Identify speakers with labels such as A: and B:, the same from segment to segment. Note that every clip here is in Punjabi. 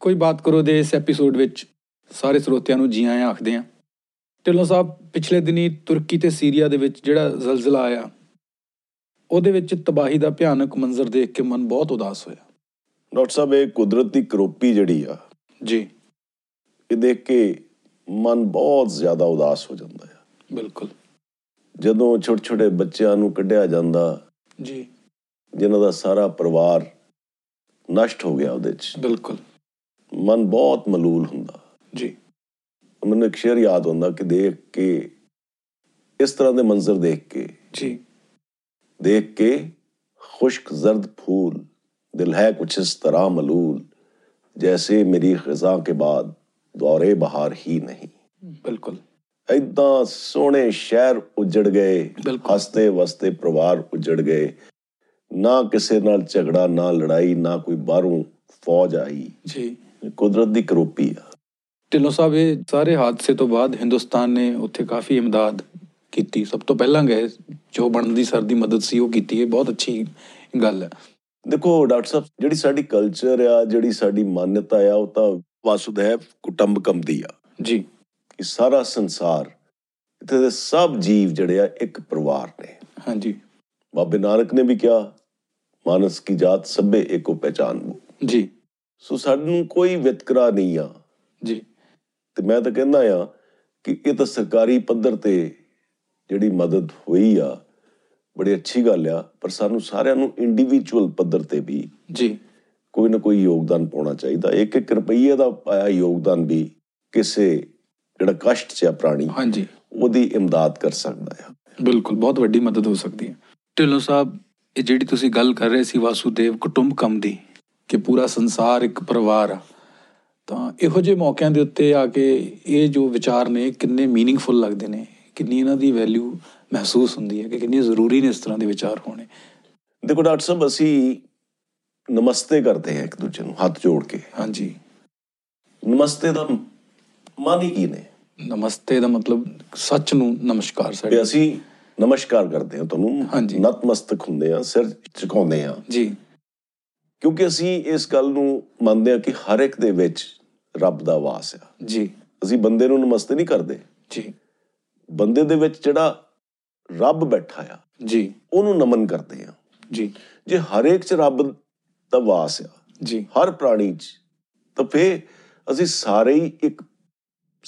A: ਕੋਈ ਬਾਤ ਕਰੋ ਦੇ ਇਸ ਐਪੀਸੋਡ ਵਿੱਚ ਸਾਰੇ ਸਰੋਤਿਆਂ ਨੂੰ ਜੀ ਆਇਆਂ ਆਖਦੇ ਹਾਂ ਢਿੱਲੋਂ ਸਾਹਿਬ ਪਿਛਲੇ ਦਿਨੀ ਤੁਰਕੀ ਤੇ ਸੀਰੀਆ ਦੇ ਵਿੱਚ ਜਿਹੜਾ ਜ਼ਲਜ਼ਲਾ ਆਇਆ ਉਹਦੇ ਵਿੱਚ ਤਬਾਹੀ ਦਾ ਭਿਆਨਕ ਮੰਜ਼ਰ ਦੇਖ ਕੇ ਮਨ ਬਹੁਤ ਉਦਾਸ ਹੋਇਆ
B: ਡਾਕਟਰ ਸਾਹਿਬ ਇਹ ਕੁਦਰਤ ਦੀ ਕਰੋਪੀ ਜਿਹੜੀ ਆ
A: ਜੀ
B: ਇਹ ਦੇਖ ਕੇ ਮਨ ਬਹੁਤ ਜ਼ਿਆਦਾ ਉਦਾਸ ਹੋ ਜਾਂਦਾ ਹੈ
A: ਬਿਲਕੁਲ
B: ਜਦੋਂ ਛੋਟੇ ਛੋਟੇ ਬੱਚਿਆਂ ਨੂੰ ਕੱਢਿਆ ਜਾਂਦਾ
A: ਜੀ
B: ਜਿਨ੍ਹਾਂ ਦਾ ਸਾਰਾ ਪਰਿਵਾਰ ਨਸ਼ਟ ਹੋ ਗਿਆ ਉਹਦੇ 'ਚ
A: ਬਿਲਕੁਲ
B: ਮਨ ਬਹੁਤ ਮਲੂਲ ਹੁੰਦਾ
A: ਜੀ
B: ਮੈਨੂੰ ਇੱਕ ਸ਼ੇਰ ਯਾਦ ਆਉਂਦਾ ਕਿ ਦੇਖ ਕੇ ਇਸ ਤਰ੍ਹਾਂ ਦੇ ਮੰਜ਼ਰ ਦੇਖ ਕੇ
A: ਜੀ
B: ਦੇਖ ਕੇ ਖੁਸ਼ਕ ਜ਼ਰਦ ਫੂਲ ਦਿਲ ਹੈ ਕੁਛ ਇਸ ਤਰ੍ਹਾਂ ਮਲੂਲ ਜੈਸੇ ਮੇਰੀ ਖਜ਼ਾ ਕੇ ਬਾਅਦ ਦੌਰੇ ਬਹਾਰ ਹੀ ਨਹੀਂ
A: ਬਿਲਕੁਲ
B: ਇਦਾਂ ਸੋਹਣੇ ਸ਼ਹਿਰ ਉਜੜ ਗਏ
A: ਬਿਲਕੁਲ।
B: ਹੱਸਦੇ ਵਸਦੇ ਪਰਿਵਾਰ ਉਜੜ ਗਏ ਨਾ ਕਿਸੇ ਨਾਲ ਝਗੜਾ ਨਾ ਲੜਾਈ ਨਾ ਕੋਈ ਬਾਹਰੋਂ ਫੌਜ ਆਈ
A: ਜੀ
B: ਇਹ ਕੁਦਰਤ ਦੀ ਕਰੋਪੀ ਆ
A: ਢਿੱਲੋਂ ਸਾਹਿਬ ਇਹ ਸਾਰੇ ਹਾਦਸੇ ਤੋਂ ਬਾਅਦ ਹਿੰਦੁਸਤਾਨ ਨੇ ਉੱਥੇ ਕਾਫੀ ਇਮਦਾਦ ਕੀਤੀ ਸਭ ਤੋਂ ਪਹਿਲਾਂ ਗਏ ਜੋ ਬਣਦੀ ਸਰਦੀ ਮਦਦ ਸੀ ਉਹ ਕੀਤੀ ਇਹ ਬਹੁਤ ਅੱਛੀ ਗੱਲ ਹੈ
B: ਦੇਖੋ ਡਾਕਟਰ ਸਾਹਿਬ ਜਿਹੜੀ ਸਾਡੀ ਕਲਚਰ ਆ ਜਿਹੜੀ ਸਾਡੀ ਮਾਨਤਾ ਆ ਉਹ ਤਾਂ ਵਾਸੁਦੇਵ ਕੁਟੰਬਕਮ ਦੀ ਆ
A: ਜੀ
B: ਕਿ ਸਾਰਾ ਸੰਸਾਰ ਇੱਥੇ ਦੇ ਸਭ ਜੀਵ ਜਿਹੜੇ ਆ ਇੱਕ ਪਰਿਵਾਰ ਨੇ
A: ਹਾਂਜੀ
B: ਬਾਬੇ ਨਾਨਕ ਨੇ ਵੀ ਕਿਹਾ ਮਾਨਸ ਕੀ ਜਾਤ ਸਭੇ ਏਕੋ ਪਹਿਚਾਨ
A: ਜੀ
B: ਸੋ ਸਾਨੂੰ ਕੋਈ ਵਿਤਕਰਾ ਨਹੀਂ ਆ
A: ਜੀ
B: ਤੇ ਮੈਂ ਤਾਂ ਕਹਿੰਦਾ ਆ ਕਿ ਇਹ ਤਾਂ ਸਰਕਾਰੀ ਪੱਧਰ ਤੇ ਜਿਹੜੀ ਮਦਦ ਹੋਈ ਆ ਬੜੀ ਅੱਛੀ ਗੱਲ ਆ ਪਰ ਸਾਨੂੰ ਸਾਰਿਆਂ ਨੂੰ ਇੰਡੀਵਿਜੂਅਲ ਪੱਧਰ ਤੇ ਵੀ
A: ਜੀ
B: ਕੋਈ ਨਾ ਕੋਈ ਯੋਗਦਾਨ ਪਾਉਣਾ ਚਾਹੀਦਾ ਇੱਕ ਇੱਕ ਰੁਪਈਏ ਦਾ ਪਾਇਆ ਯੋਗਦਾਨ ਵੀ ਕਿਸੇ ਜਿਹੜਾ ਕਸ਼ਟ ਚ ਆ ਪ੍ਰਾਣੀ
A: ਹਾਂਜੀ
B: ਉਹਦੀ ਇਮਦਾਦ ਕਰ ਸਕਦਾ ਆ
A: ਬਿਲਕੁਲ ਬਹੁਤ ਵੱਡੀ ਮਦਦ ਹੋ ਸਕਦੀ ਹੈ ਢਿੱਲੋਂ ਸਾਹਿਬ ਇਹ ਜਿਹੜੀ ਤੁਸੀਂ ਗੱਲ ਕਰ ਰਹੇ ਸੀ ਵਾਸੂਦੇਵ ਕੁਟੁੰਬਕਮ ਦੀ ਕਿ ਪੂਰਾ ਸੰਸਾਰ ਇੱਕ ਪਰਿਵਾਰ ਆ ਤਾਂ ਇਹੋ ਜਿਹੇ ਮੌਕਿਆਂ ਦੇ ਉੱਤੇ ਆ ਕੇ ਇਹ ਜੋ ਵਿਚਾਰ ਨੇ ਕਿੰਨੇ मीनिंगफुल ਲੱਗਦੇ ਨੇ ਕਿੰਨੀ ਇਹਨਾਂ ਦੀ ਵੈਲਿਊ ਮਹਿਸੂਸ ਹੁੰਦੀ ਹੈ ਕਿ ਕਿੰਨੀ ਜ਼ਰੂਰੀ ਨੇ ਇਸ ਤਰ੍ਹਾਂ ਦੇ ਵਿਚਾਰ ਹੋਣੇ
B: ਦੇਖੋ ਡਾਕਟਰ ਸਾਹਿਬ ਅਸੀਂ ਨਮਸਤੇ ਕਰਦੇ ਹਾਂ ਇੱਕ ਦੂਜੇ ਨੂੰ ਹੱਥ ਜੋੜ ਕੇ
A: ਹਾਂਜੀ
B: ਨਮਸਤੇ ਦਾ ਮਨ ਹੀ ਕੀ ਨੇ
A: ਨਮਸਤੇ ਦਾ ਮਤਲਬ ਸੱਚ ਨੂੰ ਨਮਸਕਾਰ
B: ਕਿ
A: ਸਾਡੇ
B: ਅਸੀਂ ਨਮਸਕਾਰ ਕਰਦੇ ਹਾਂ
A: ਹਾਂਜੀ।
B: ਤੁਹਾਨੂੰ ਨਤਮਸਤਕ ਹੁੰਦੇ ਹਾਂ ਸਿਰ ਝੁਕਾਉਂਦੇ ਹਾਂ
A: ਜੀ
B: ਕਿਉਂਕਿ ਅਸੀਂ ਇਸ ਗੱਲ ਨੂੰ ਮੰਨਦੇ ਹਾਂ ਕਿ ਹਰ ਇੱਕ ਦੇ ਵਿੱਚ ਰੱਬ ਦਾ ਵਾਸ ਆ
A: ਜੀ
B: ਅਸੀਂ ਬੰਦੇ ਨੂੰ ਨਮਸਤੇ ਨਹੀਂ ਕਰਦੇ
A: ਜੀ
B: ਬੰਦੇ ਦੇ ਵਿੱਚ ਜਿਹੜਾ ਰੱਬ ਬੈਠਾ ਆ
A: ਜੀ
B: ਉਹਨੂੰ ਨਮਨ ਕਰਦੇ ਆ
A: ਜੀ
B: ਜੇ ਹਰੇਕ ਚ ਰੱਬ ਦਾ ਵਾਸ ਆ
A: ਜੀ
B: ਹਰ ਪ੍ਰਾਣੀ ਚ ਤਾਂ ਫੇ ਅਸੀਂ ਸਾਰੇ ਹੀ ਇੱਕ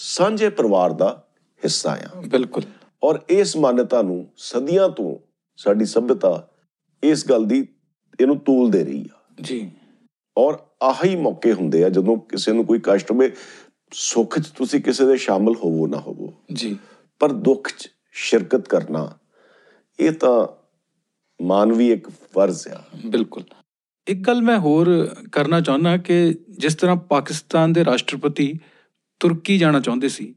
B: ਸਾਂਝੇ ਪਰਿਵਾਰ ਦਾ ਹਿੱਸਾ ਆ
A: ਬਿਲਕੁਲ
B: ਔਰ ਇਸ ਮਾਨਤਾ ਨੂੰ ਸਦੀਆਂ ਤੋਂ ਸਾਡੀ ਸਭਿਅਤਾ ਇਸ ਗੱਲ ਦੀ ਇਹਨੂੰ ਤੂਲ ਦੇ ਰਹੀ ਆ
A: ਜੀ
B: ਔਰ ਆਹੀ ਮੌਕੇ ਹੁੰਦੇ ਆ ਜਦੋਂ ਕਿਸੇ ਨੂੰ ਕੋਈ ਕਸ਼ਟ ਹੋਵੇ ਸੁੱਖ 'ਚ ਤੁਸੀਂ ਕਿਸੇ ਦੇ ਸ਼ਾਮਲ ਹੋਵੋ ਨਾ ਹੋਵੋ
A: ਜੀ
B: ਪਰ ਦੁੱਖ 'ਚ ਸ਼ਿਰਕਤ ਕਰਨਾ ਇਹ ਤਾਂ ਮਾਨਵੀ ਇੱਕ ਫਰਜ਼ ਆ
A: ਬਿਲਕੁਲ ਇੱਕ ਗੱਲ ਮੈਂ ਹੋਰ ਕਰਨਾ ਚਾਹੁੰਦਾ ਕਿ ਜਿਸ ਤਰ੍ਹਾਂ ਪਾਕਿਸਤਾਨ ਦੇ ਰਾਸ਼ਟਰਪਤੀ ਤੁਰਕੀ ਜਾਣਾ ਚਾਹੁੰਦੇ ਸੀ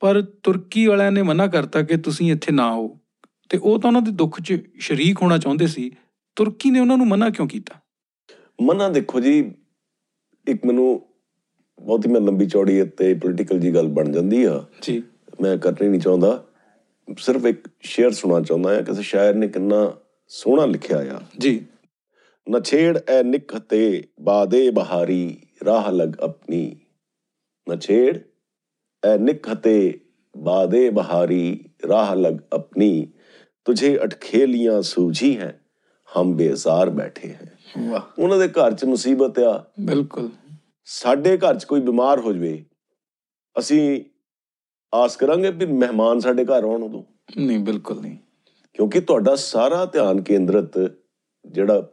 A: ਪਰ ਤੁਰਕੀ ਵਾਲਿਆਂ ਨੇ ਮਨਾ ਕਰਤਾ ਕਿ ਤੁਸੀਂ ਇੱਥੇ ਨਾ ਆਓ ਤੇ ਉਹ ਤਾਂ ਉਹਨਾਂ ਦੇ ਦੁੱਖ 'ਚ ਸ਼ਰੀਕ ਹੋਣਾ ਚਾਹੁੰਦੇ ਸੀ ਤੁਰਕੀ ਨੇ ਉਹਨਾਂ ਨੂੰ ਮਨਾ ਕਿਉਂ ਕੀਤਾ
B: ਮਨਾ ਦੇਖੋ ਜੀ ਇੱਕ ਮੈਨੂੰ ਬਹੁਤ ਹੀ ਮੈਂ ਲੰਬੀ ਚੌੜੀ ਤੇ ਪੋਲੀਟੀਕਲ ਜੀ ਗੱਲ ਬਣ ਜਾਂਦੀ ਆ
A: ਜੀ
B: ਮੈਂ ਕਰਨੀ ਨਹੀਂ ਚਾਹੁੰਦਾ ਸਿਰਫ ਇੱਕ ਸ਼ੇਅਰ ਸੁਣਾ ਚਾਹੁੰਦਾ ਆ ਕਿਸੇ ਸ਼ਾਇਰ ਨੇ ਕਿੰਨਾ ਸੋਹਣਾ ਲਿਖਿਆ ਆ
A: ਜੀ
B: न छेड़ ए निकते बादे बहारी राह लग अपनी न छेड़ ए निकते बादे बहारी राह लग अपनी तुझे अटखेलियां सूझी हैं हम बेजार बैठे हैं
A: ਵਾਹ
B: ਉਹਨਾਂ ਦੇ ਘਰ 'ਚ ਮੁਸੀਬਤ ਆ
A: ਬਿਲਕੁਲ
B: ਸਾਡੇ ਘਰ 'ਚ ਕੋਈ ਬਿਮਾਰ ਹੋ ਜਵੇ ਅਸੀਂ ਆਸ ਕਰਾਂਗੇ ਵੀ ਮਹਿਮਾਨ ਸਾਡੇ ਘਰ ਆਉਣ ਉਦੋਂ
A: ਨਹੀਂ ਬਿਲਕੁਲ ਨਹੀਂ
B: ਕਿਉਂਕਿ ਤੁਹਾਡਾ ਸਾਰਾ ਧਿਆਨ ਕੇਂਦਰਿਤ ਜਿਹੜਾ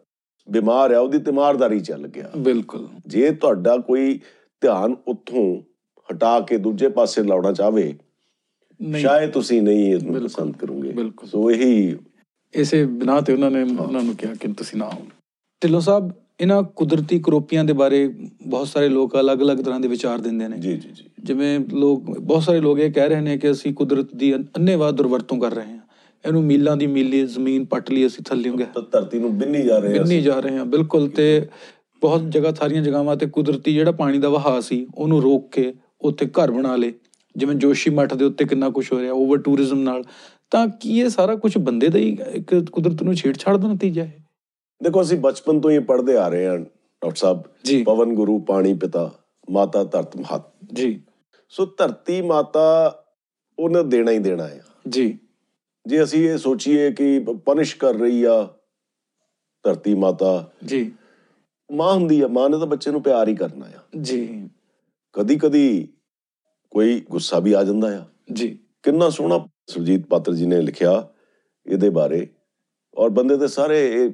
B: ਬਿਮਾਰ ਆ ਉਹਦੀ ਤਿਮਾਰਦਾਰੀ ਚੱਲ ਗਿਆ
A: ਬਿਲਕੁਲ
B: ਜੇ ਤੁਹਾਡਾ ਕੋਈ ਧਿਆਨ ਉੱਥੋਂ ਹਟਾ ਕੇ ਦੂਜੇ ਪਾਸੇ ਲਾਉਣਾ ਚਾਹਵੇ
A: ਨਹੀਂ
B: ਸ਼ਾਇਦ ਤੁਸੀਂ ਨਹੀਂ ਇਹਨੂੰ
A: ਬਿਲਕੁਲ,
B: ਪਸੰਦ ਕਰੋਗੇ
A: ਬਿਲਕੁਲ।
B: ਸੋ ਇਹੀ
A: ਇਸੇ ਬਿਨਾ ਤੇ ਉਹਨਾਂ ਨੇ ਉਹਨਾਂ ਨੂੰ ਕਿਹਾ ਕਿ ਤੁਸੀਂ ਨਾ ਆਓ ਢਿੱਲੋਂ ਸਾਹਿਬ ਇਹਨਾਂ ਕੁਦਰਤੀ ਕਰੋਪੀਆਂ ਦੇ ਬਾਰੇ ਬਹੁਤ ਸਾਰੇ ਲੋਕ ਅਲੱਗ-ਅਲੱਗ ਤਰ੍ਹਾਂ ਦੇ ਵਿਚਾਰ ਦਿੰਦੇ ਨੇ
B: ਜੀ ਜੀ ਜੀ
A: ਜਿਵੇਂ ਲੋਕ ਬਹੁਤ ਸਾਰੇ ਲੋਕ ਇਹ ਕਹਿ ਰਹੇ ਨੇ ਕਿ ਅਸੀਂ ਕੁਦਰਤ ਦੀ ਅੰਨ- ਅੰਨ੍ਹੇਵਾਹ ਦੁਰਵਰਤੋਂ ਕਰ ਰਹੇ ਹਾਂ ਇਹਨੂੰ ਮੀਲਾਂ ਦੀ ਮੀਲੀ ਜ਼ਮੀਨ ਪੱਟ ਲਈ ਅਸੀਂ ਥੱਲਿਓਂ ਗਏ
B: ਤਾਂ ਧਰਤੀ ਨੂੰ ਬਿੰਨੀ ਜਾ ਰਹੇ
A: ਬਿੰਨੀ
B: ਅਸੀਂ।
A: ਜਾ ਰਹੇ ਹਾਂ ਬਿਲਕੁਲ ਤੇ ਬਹੁਤ ਜਗ੍ਹਾ ਸਾਰੀਆਂ ਜਗ੍ਹਾਵਾਂ ਤੇ ਕੁਦਰਤੀ ਜਿਹੜਾ ਪਾਣੀ ਦਾ ਵਹਾਅ ਸੀ ਉਹਨੂੰ ਰੋਕ ਕੇ ਉੱਥੇ ਘਰ ਬਣਾ ਲਏ ਜਿਵੇਂ ਜੋਸ਼ੀ ਮੱਠ ਦੇ ਉੱਤੇ ਕਿੰਨਾ ਕੁਝ ਹੋ ਰਿਹਾ ਓਵਰ ਟੂਰਿਜ਼ਮ ਨਾਲ ਤਾਂ ਕੀ ਇਹ ਸਾਰਾ ਕੁਝ ਬੰਦੇ ਦਾ ਹੀ ਇੱਕ ਕੁਦਰਤ ਨੂੰ ਛੇੜਛਾੜ ਦਾ ਨਤੀਜਾ ਹੈ
B: ਦੇਖੋ ਅਸੀਂ ਬਚਪਨ ਤੋਂ ਹੀ ਪੜ੍ਹਦੇ ਆ ਰਹੇ ਹਾਂ ਡਾਕਟਰ ਸਾਹਿਬ
A: ਜੀ
B: ਪਵਨ ਗੁਰੂ ਪਾਣੀ ਪਿਤਾ ਮਾਤਾ ਧਰਤ ਮਹਤ
A: ਜੀ
B: ਸੋ ਧਰਤੀ ਮਾਤਾ ਉਹਨੇ ਦੇਣਾ ਹੀ ਦੇਣਾ ਹੈ
A: ਜੀ
B: ਜੇ ਅਸੀਂ ਇਹ ਸੋਚੀਏ ਕਿ ਪਨਿਸ਼ ਕਰ ਰਹੀ ਆ ਧਰਤੀ ਮਾਤਾ
A: ਜੀ
B: ਮਾਂ ਹੁੰਦੀ ਆ ਮਾਂ ਨੇ ਤਾਂ ਬੱਚੇ ਨੂੰ ਪਿਆਰ ਹੀ ਕਰਨਾ ਆ
A: ਜੀ
B: ਕਦੀ ਕਦੀ ਕੋਈ ਗੁੱਸਾ ਵੀ ਆ ਜਾਂਦਾ ਆ
A: ਜੀ
B: ਕਿੰਨਾ ਸੋਹਣਾ ਸੁਰਜੀਤ ਪਾਤਰ ਜੀ ਨੇ ਲਿਖਿਆ ਇਹਦੇ ਬਾਰੇ ਔਰ ਬੰਦੇ ਦੇ ਸਾਰੇ ਇਹ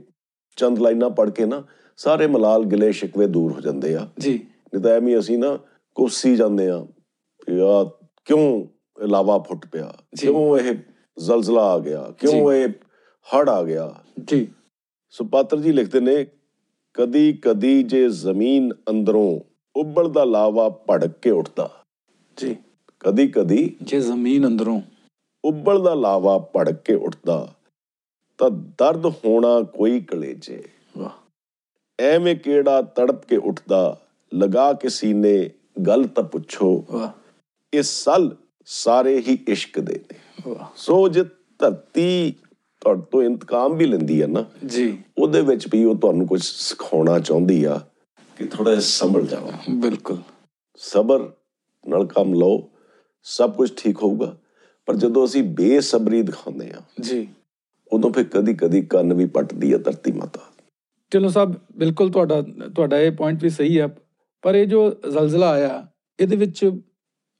B: ਚੰਦ ਲਾਈਨਾਂ ਪੜ੍ਹ ਕੇ ਨਾ ਸਾਰੇ ਮਲਾਲ ਗਿਲੇ ਸ਼ਿਕਵੇ ਦੂਰ ਹੋ ਜਾਂਦੇ ਆ
A: ਜੀ
B: ਨਹੀਂ ਤਾਂ ਐਵੇਂ ਹੀ ਅਸੀਂ ਨਾ ਕੋਸੀ ਜਾਂਦੇ ਆ ਯਾ ਕਿਉਂ ਇਹ ਲਾਵਾ ਫੁੱਟ ਪਿਆ
A: ਜੀ।
B: ਕਿਉਂ ਇਹ ਜ਼ਲਜ਼ਲਾ ਆ ਗਿਆ ਕਿਉਂ ਇਹ ਹੜ ਆ ਗਿਆ
A: ਜੀ
B: ਸੋ ਪਾਤਰ ਜੀ ਲਿਖਦੇ ਨੇ ਕਦੀ ਕਦੀ ਜੇ ਜ਼ਮੀਨ ਅੰਦਰੋਂ ਉੱਬਲਦਾ ਲਾਵਾ ਭੜਕ ਕੇ ਉੱਠਦਾ
A: ਜੀ
B: ਕਦੀ ਕਦੀ
A: ਜੇ ਜ਼ਮੀਨ ਅੰਦਰੋਂ
B: ਉੱਬਲਦਾ ਲਾਵਾ ਭੜਕ ਕੇ ਉੱਠਦਾ ਤਾਂ ਦਰਦ ਹੋਣਾ ਕੋਈ ਕਲੇਜੇ
A: ਵਾਹ
B: ਐਵੇਂ ਕਿਹੜਾ ਤੜਪ ਕੇ ਉੱਠਦਾ ਲਗਾ ਕੇ ਸੀਨੇ ਗੱਲ ਤਾਂ ਪੁੱਛੋ
A: ਵਾਹ
B: ਇਹ ਸਲ ਸਾਰੇ ਹੀ ਇਸ਼ਕ ਦੇ ਨੇ
A: ਵਾਹ
B: ਸੋ ਜੇ ਧਰਤੀ ਤੁਹਾਡੇ ਤੋਂ ਇੰਤਕਾਮ ਵੀ ਲੈਂਦੀ ਹੈ ਨਾ
A: ਜੀ
B: ਉਹਦੇ ਵਿੱਚ ਵੀ ਉਹ ਤੁਹਾਨੂੰ ਕੁਝ ਸਿਖਾਉਣਾ ਚਾਹੁੰਦੀ ਆ ਕਿ ਥੋੜਾ ਸੰਭਲ ਜਾਓ
A: ਬਿਲਕੁਲ
B: ਸਬਰ ਨਾਲ ਕੰਮ ਲਓ ਸਭ ਕੁਝ ਠੀਕ ਹੋਊਗਾ ਪਰ ਜਦੋਂ ਅਸੀਂ ਬੇਸਬਰੀ ਦਿਖਾਉਂਦੇ ਆ
A: ਜੀ
B: ਉਦੋਂ ਫਿਰ ਕਦੀ ਕਦੀ ਕੰਨ ਵੀ ਪੱਟਦੀ ਆ ਧਰਤੀ ਮਾਤਾ
A: ਚਲੋ ਸਾਹਿਬ ਬਿਲਕੁਲ ਤੁਹਾਡਾ ਤੁਹਾਡਾ ਇਹ ਪੁਆਇੰਟ ਵੀ ਸਹੀ ਆ ਪਰ ਇਹ ਜੋ ਜ਼ਲਜ਼ਲਾ ਆਇਆ ਇਹਦੇ ਵਿੱਚ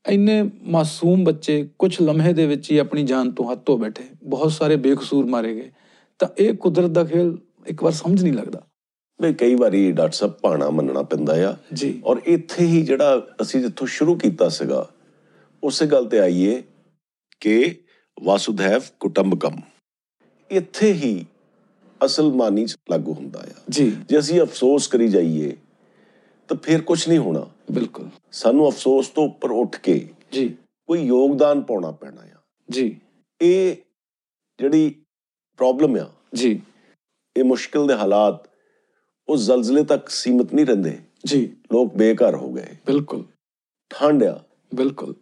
A: ਇੰਨੇ ਮਾਸੂਮ ਬੱਚੇ ਕੁਝ ਲਮਹੇ ਦੇ ਵਿੱਚ ਹੀ ਆਪਣੀ ਜਾਨ ਤੋਂ ਹੱਥੋਂ ਬੈਠੇ ਬਹੁਤ ਸਾਰੇ ਬੇਕਸੂਰ ਮਾਰੇ ਗਏ ਤਾਂ ਇਹ ਕੁਦਰਤ ਦਾ ਖੇਲ ਇੱਕ ਵਾਰ ਸਮਝ ਨਹੀਂ ਲੱਗਦਾ
B: ਵੀ ਕਈ ਵਾਰੀ ਡਾਕਟਰ ਸਾਹਿਬ ਭਾਣਾ ਮੰਨਣਾ ਪੈਂਦਾ ਆ
A: ਜੀ
B: ਔਰ ਇੱਥੇ ਹੀ ਜਿਹੜਾ ਅਸੀਂ ਜਿੱਥੋਂ ਸ਼ੁਰੂ ਕੀਤਾ ਸੀਗਾ ਉਸੇ ਗੱਲ ਤੇ ਆਈਏ ਕਿ ਵਾਸੁਧੈਵ ਕੁਟੰਬਕਮ ਇੱਥੇ ਹੀ ਅਸਲ ਮਾਨੀ ਚ ਲਾਗੂ ਹੁੰਦਾ ਆ
A: ਜੀ
B: ਜੇ ਅਸੀਂ ਅਫਸੋਸ ਕਰੀ ਜਾਈਏ ਤਾਂ ਫਿਰ ਕੁਝ ਨਹੀਂ ਹੋਣਾ
A: ਬਿਲਕੁਲ
B: ਸਾਨੂੰ ਅਫਸੋਸ ਤੋਂ ਉੱਪਰ ਉੱਠ ਕੇ
A: ਜੀ
B: ਕੋਈ ਯੋਗਦਾਨ ਪਾਉਣਾ ਪੈਣਾ ਆ
A: ਜੀ
B: ਇਹ ਜਿਹੜੀ ਪ੍ਰੋਬਲਮ ਆ
A: ਜੀ
B: ਇਹ ਮੁਸ਼ਕਿਲ ਦੇ ਹਾਲਾਤ ਉਹ ਜ਼ਲਜ਼ਲੇ ਤੱਕ ਸੀਮਤ ਨਹੀਂ ਰਹਿੰਦੇ
A: ਜੀ
B: ਲੋਕ ਬੇਘਰ ਹੋ ਗਏ
A: ਬਿਲਕੁਲ
B: ਠੰਡ ਆ
A: ਬਿਲਕੁਲ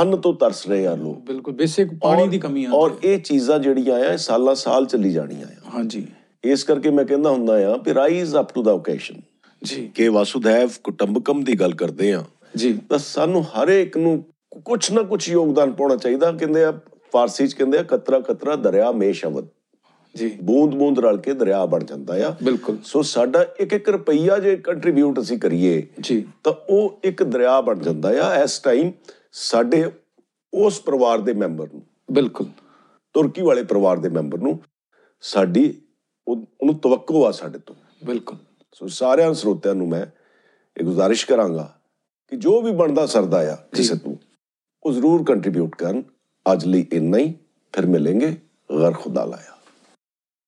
B: ਅੰਨ ਤੋਂ ਤਰਸ ਰਹੇ ਆ ਲੋਕ
A: ਬਿਲਕੁਲ ਬੇਸਿਕ ਪਾਣੀ
B: ਔਰ-
A: ਦੀ ਕਮੀ ਆ
B: ਔਰ ਇਹ ਚੀਜ਼ਾਂ ਜਿਹੜੀਆਂ ਆ ਇਹ ਸਾਲਾਂ ਸਾਲ ਚੱਲੀ ਜਾਣੀਆਂ ਆ
A: ਹਾਂਜੀ
B: ਇਸ ਕਰਕੇ ਮੈਂ ਕਹਿੰਦਾ ਹੁੰਦਾ ਆ ਵੀ rise up to the occasion
A: ਜੀ
B: ਕਿ ਵਾਸੁਦੇਵ ਕੁਟੰਬਕਮ ਦੀ ਗੱਲ ਕਰਦੇ ਆ
A: ਜੀ
B: ਤਾਂ ਸਾਨੂੰ ਹਰ ਇੱਕ ਨੂੰ ਕੁਝ ਨਾ ਕੁਝ ਯੋਗਦਾਨ ਪਾਉਣਾ ਚਾਹੀਦਾ ਕਹਿੰਦੇ ਆ ਫਾਰਸੀ ਚ ਕਹਿੰਦੇ ਆ ਕਤਰਾ ਕਤਰਾ ਦਰਿਆ ਮੇਸ਼ਵਦ
A: ਜੀ
B: ਬੂੰਦ ਬੂੰਦ ਰਲ ਕੇ ਦਰਿਆ ਬਣ ਜਾਂਦਾ ਆ
A: ਬਿਲਕੁਲ
B: ਸੋ ਸਾਡਾ ਇੱਕ ਇੱਕ ਰੁਪਈਆ ਜੇ ਕੰਟਰੀਬਿਊਟ ਅਸੀਂ ਕਰੀਏ
A: ਜੀ
B: ਤਾਂ ਉਹ ਇੱਕ ਦਰਿਆ ਬਣ ਜਾਂਦਾ ਆ ਇਸ ਟਾਈਮ ਸਾਡੇ ਉਸ ਪਰਿਵਾਰ ਦੇ ਮੈਂਬਰ ਨੂੰ
A: ਬਿਲਕੁਲ
B: ਤੁਰਕੀ ਵਾਲੇ ਪਰਿਵਾਰ ਦੇ ਮੈਂਬਰ ਨੂੰ ਸਾਡੀ ਉਹ- ਉਹਨੂੰ ਤਵੱਕੋ ਆ ਸਾਡੇ ਤੋਂ
A: ਬਿਲਕੁਲ
B: ਸੋ ਸਾਰਿਆਂ ਸਰੋਤਿਆਂ ਨੂੰ ਮੈਂ ਇਹ ਗੁਜ਼ਾਰਿਸ਼ ਕਰਾਂਗਾ ਕਿ ਜੋ ਵੀ ਬਣਦਾ ਸਰਦਾ ਆ ਕਿਸੇ ਤੋਂ ਉਹ ਜ਼ਰੂਰ ਕੰਟਰੀਬਿਊਟ ਕਰਨ ਅੱਜ ਲਈ ਇੰਨਾ ਹੀ ਫਿਰ ਮਿਲਾਂਗੇ ਗਰ ਖੁਦਾ ਲਾਇਆ